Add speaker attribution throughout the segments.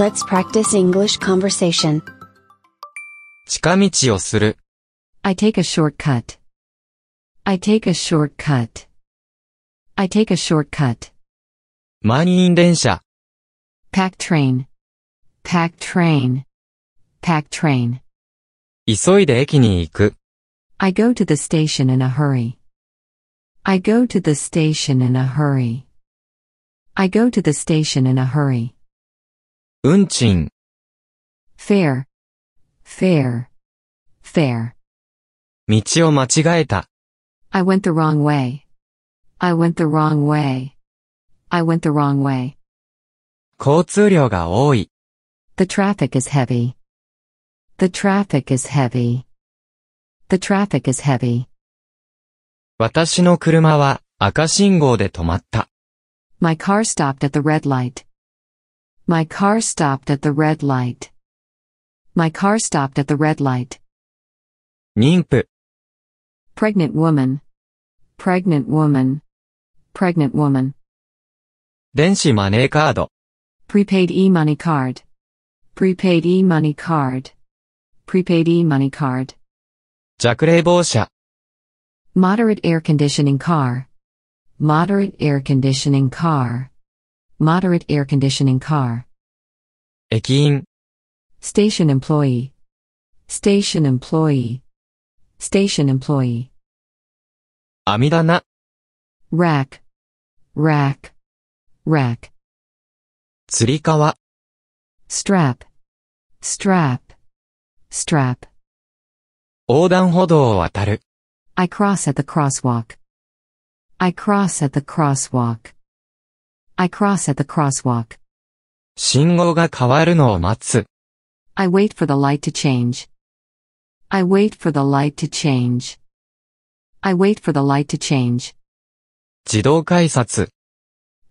Speaker 1: Let's practice English conversation.
Speaker 2: 近道をする、
Speaker 3: I take a shortcut. I take a shortcut. I take a shortcut.
Speaker 2: 満員電車、
Speaker 3: Pack train. Pack train. Pack train.
Speaker 2: 急いで駅に行く、
Speaker 3: I go to the station in a hurry. I go to the station in a hurry. I go to the station in a hurry.
Speaker 2: 運賃、
Speaker 3: Fair. Fair. Fair.
Speaker 2: 道を間違えた、
Speaker 3: I went the wrong way. I went the wrong way. I went the wrong way.
Speaker 2: 交通量が多い、
Speaker 3: The traffic is heavy. The traffic is heavy. The traffic is heavy.
Speaker 2: 私の車は赤信号で止まった、
Speaker 3: My car stopped at the red light. My car stopped at the red light. My car stopped at the red light.
Speaker 2: 妊婦、
Speaker 3: Pregnant woman. Pregnant woman. Pregnant woman.
Speaker 2: 電子マネーカード、
Speaker 3: Prepaid e-money card. Prepaid e-money card. Prepaid e-money card.
Speaker 2: 弱冷房車、
Speaker 3: Moderate air conditioning car. Moderate air conditioning car. Moderate air conditioning car.
Speaker 2: 駅員、
Speaker 3: Station employee. Station employee. Station employee.
Speaker 2: 網棚、
Speaker 3: Rack. Rack. Rack.
Speaker 2: 釣り革、
Speaker 3: Strap. Strap. Strap.
Speaker 2: 横断歩道を渡る、
Speaker 3: I cross at the crosswalk. I cross at the crosswalk. I cross at the crosswalk.
Speaker 2: 信号が変わるのを待つ、
Speaker 3: I wait for the light to change. I wait for the light to change. I wait for the light to change.
Speaker 2: 自動改札、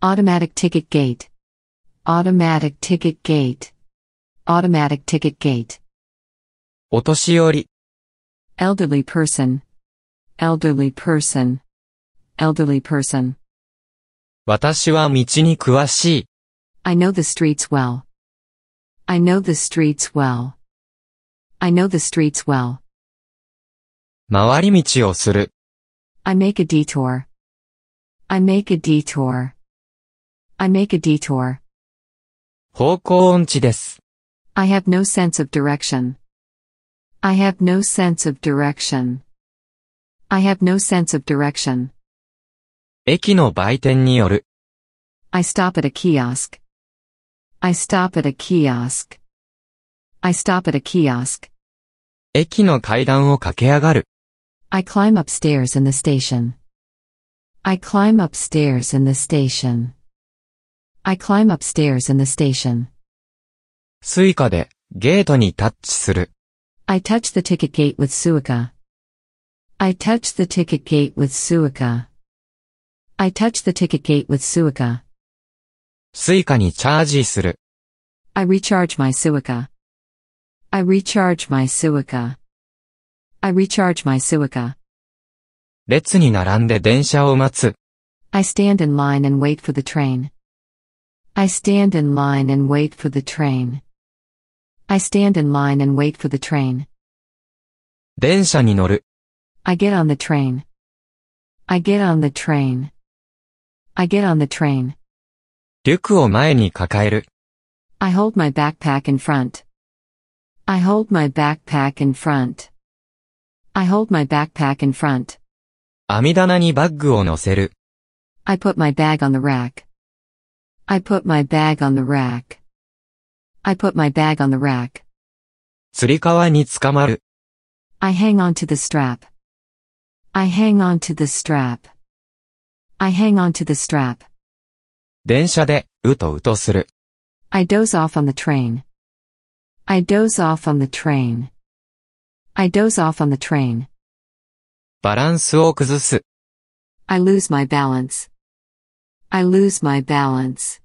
Speaker 3: Automatic ticket gate. Automatic ticket gate. Automatic ticket gate.
Speaker 2: お年寄り、
Speaker 3: Elderly person. Elderly person. Elderly person.
Speaker 2: 私は道に詳しい、
Speaker 3: I know the streets well. I know the streets well. I know the streets well.
Speaker 2: 回り道をする、
Speaker 3: I make a detour. I make a detour. I make a detour.
Speaker 2: 方向音痴です。
Speaker 3: I have no sense of direction. I have no sense of direction. I have no sense of direction.
Speaker 2: 駅の売店による、
Speaker 3: I stop at a kiosk. I stop at a kiosk. I stop at a kiosk.
Speaker 2: 駅の階段を駆け上がる、
Speaker 3: I climb upstairs in the station. I climb upstairs in the station. I climb upstairs in the station.
Speaker 2: スイカでゲートにタッチする、
Speaker 3: I touch the ticket gate with Suica. I touch the ticket gate with Suica. I touch the ticket gate with Suica.
Speaker 2: スイカにチャージする、
Speaker 3: I recharge my Suica. I recharge my Suica. I recharge my Suica.
Speaker 2: 列に並んで電車を待つ、
Speaker 3: I stand in line and wait for the train. I stand in line and wait for the train. I stand in line and wait for the train.
Speaker 2: 電車に乗る、
Speaker 3: I get on the train. I get on the train. I get on the train.
Speaker 2: リュックを前に抱える、
Speaker 3: I hold my backpack in front. I hold my backpack in front. I hold my backpack in front.
Speaker 2: 網棚にバッグを乗せる、
Speaker 3: I put my bag on the rack. I put my bag on the rack. I put my bag on the rack.
Speaker 2: 釣り革につかまる、
Speaker 3: I hang on to the strap. I hang on to the strap. I hang on to the strap.
Speaker 2: 電車でうとうとする、
Speaker 3: I doze off on the train. I doze off on the train. I doze off on the train.
Speaker 2: バランスを崩す、
Speaker 3: I lose my balance. I lose my balance.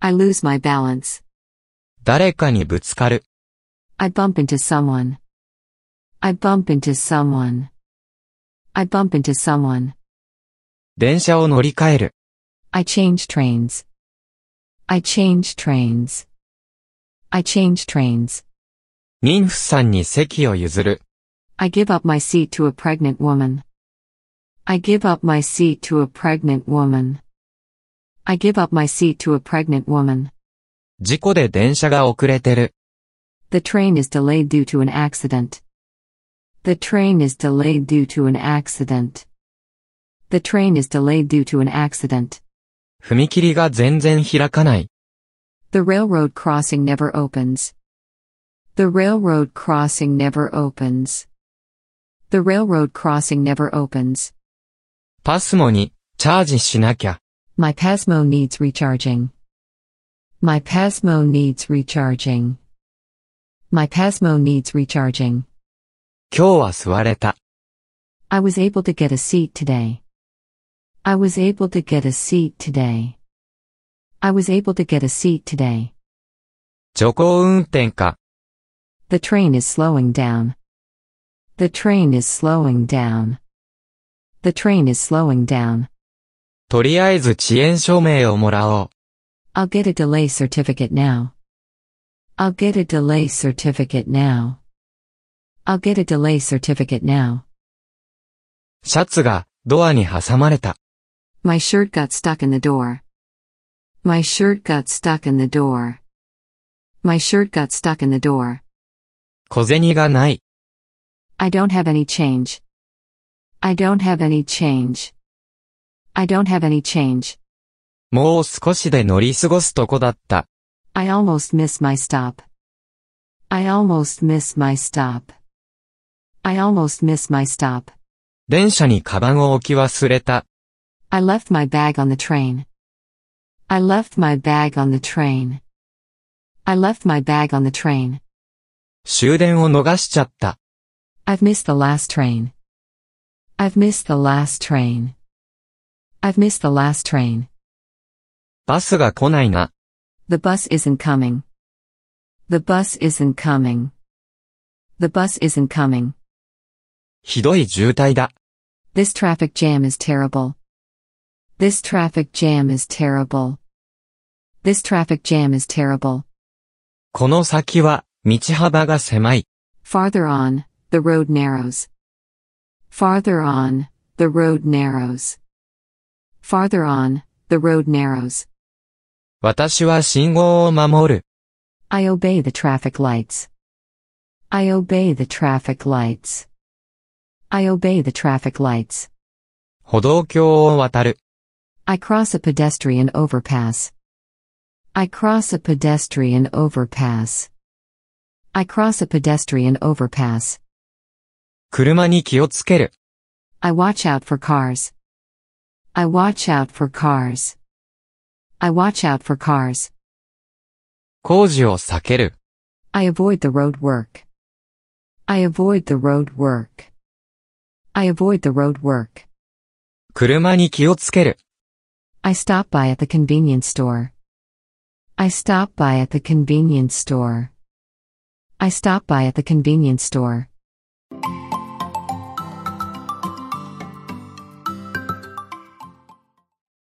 Speaker 3: I lose my balance.
Speaker 2: 誰かにぶつかる、
Speaker 3: I bump into someone. I bump into someone. I bump into someone.
Speaker 2: 電車を乗り換える、
Speaker 3: I change trains. I change trains. I change trains.
Speaker 2: 妊婦さんに席を譲る。
Speaker 3: I give up my seat to a pregnant woman. I give up my seat to a pregnant woman. I give up my seat to a pregnant woman.
Speaker 2: 事故で電車が遅れてる。
Speaker 3: The train is delayed due to an accident. The train is delayed due to an accident. The train is delayed due to an accident.
Speaker 2: 踏切が全然開かない。
Speaker 3: The railroad crossing never opens. The railroad crossing never opens. The railroad crossing never opens.
Speaker 2: パスモに、チャージしなきゃ。
Speaker 3: My Pasmo needs recharging. My Pasmo needs recharging. My Pasmo needs recharging.
Speaker 2: 今日は座れた。
Speaker 3: I was able to get a seat today. I was able to get a seat today. I was able to get a seat today.
Speaker 2: 徐行運転か。
Speaker 3: The train is slowing down. The train is slowing down. The train is slowing down.
Speaker 2: とりあえず遅延証明をもらおう。
Speaker 3: I'll get a delay certificate now. I'll get a delay certificate now. I'll get a delay certificate now.
Speaker 2: シャツが、ドアに挟まれた。
Speaker 3: My shirt got stuck in the door. My shirt got stuck in the door. My shirt got stuck in the door.
Speaker 2: 小銭がない。
Speaker 3: I don't have any change. I don't have any change. I don't have any change.
Speaker 2: もう少しで乗り過ごすとこだった。
Speaker 3: I almost miss my stop. I almost miss my stop. I almost miss my stop.
Speaker 2: 電車にカバンを置き忘れた。
Speaker 3: I left my bag on the train. I left my bag on the train. I left my bag on the train.
Speaker 2: 終電を逃しちゃった。
Speaker 3: I've missed the last train. I've missed the last train. I've missed the last train.
Speaker 2: バスが来ないな。
Speaker 3: The bus isn't coming. The bus isn't coming. The bus isn't coming.
Speaker 2: ひどい渋滞だ。
Speaker 3: This traffic jam is terrible. This traffic jam is terrible. This traffic jam is terrible.
Speaker 2: この先は、道幅が狭い。
Speaker 3: Farther on, the road narrows. Farther on, the road narrows. Farther on, the road narrows.
Speaker 2: 私は信号を守る。
Speaker 3: I obey the traffic lights. I obey the traffic lights. I obey the traffic lights.
Speaker 2: 歩道橋を渡る。
Speaker 3: I cross a pedestrian overpass. I cross a pedestrian overpass. I cross a pedestrian overpass.
Speaker 2: 車に気をつける。
Speaker 3: I watch out for cars. I watch out for cars. I watch out for cars.
Speaker 2: 工事を避ける。
Speaker 3: I avoid the road work. I avoid the road work. I avoid the road work.
Speaker 2: 車に気をつける。
Speaker 3: I stop by at the convenience store. I stop by at the convenience store. I stop by at the convenience store.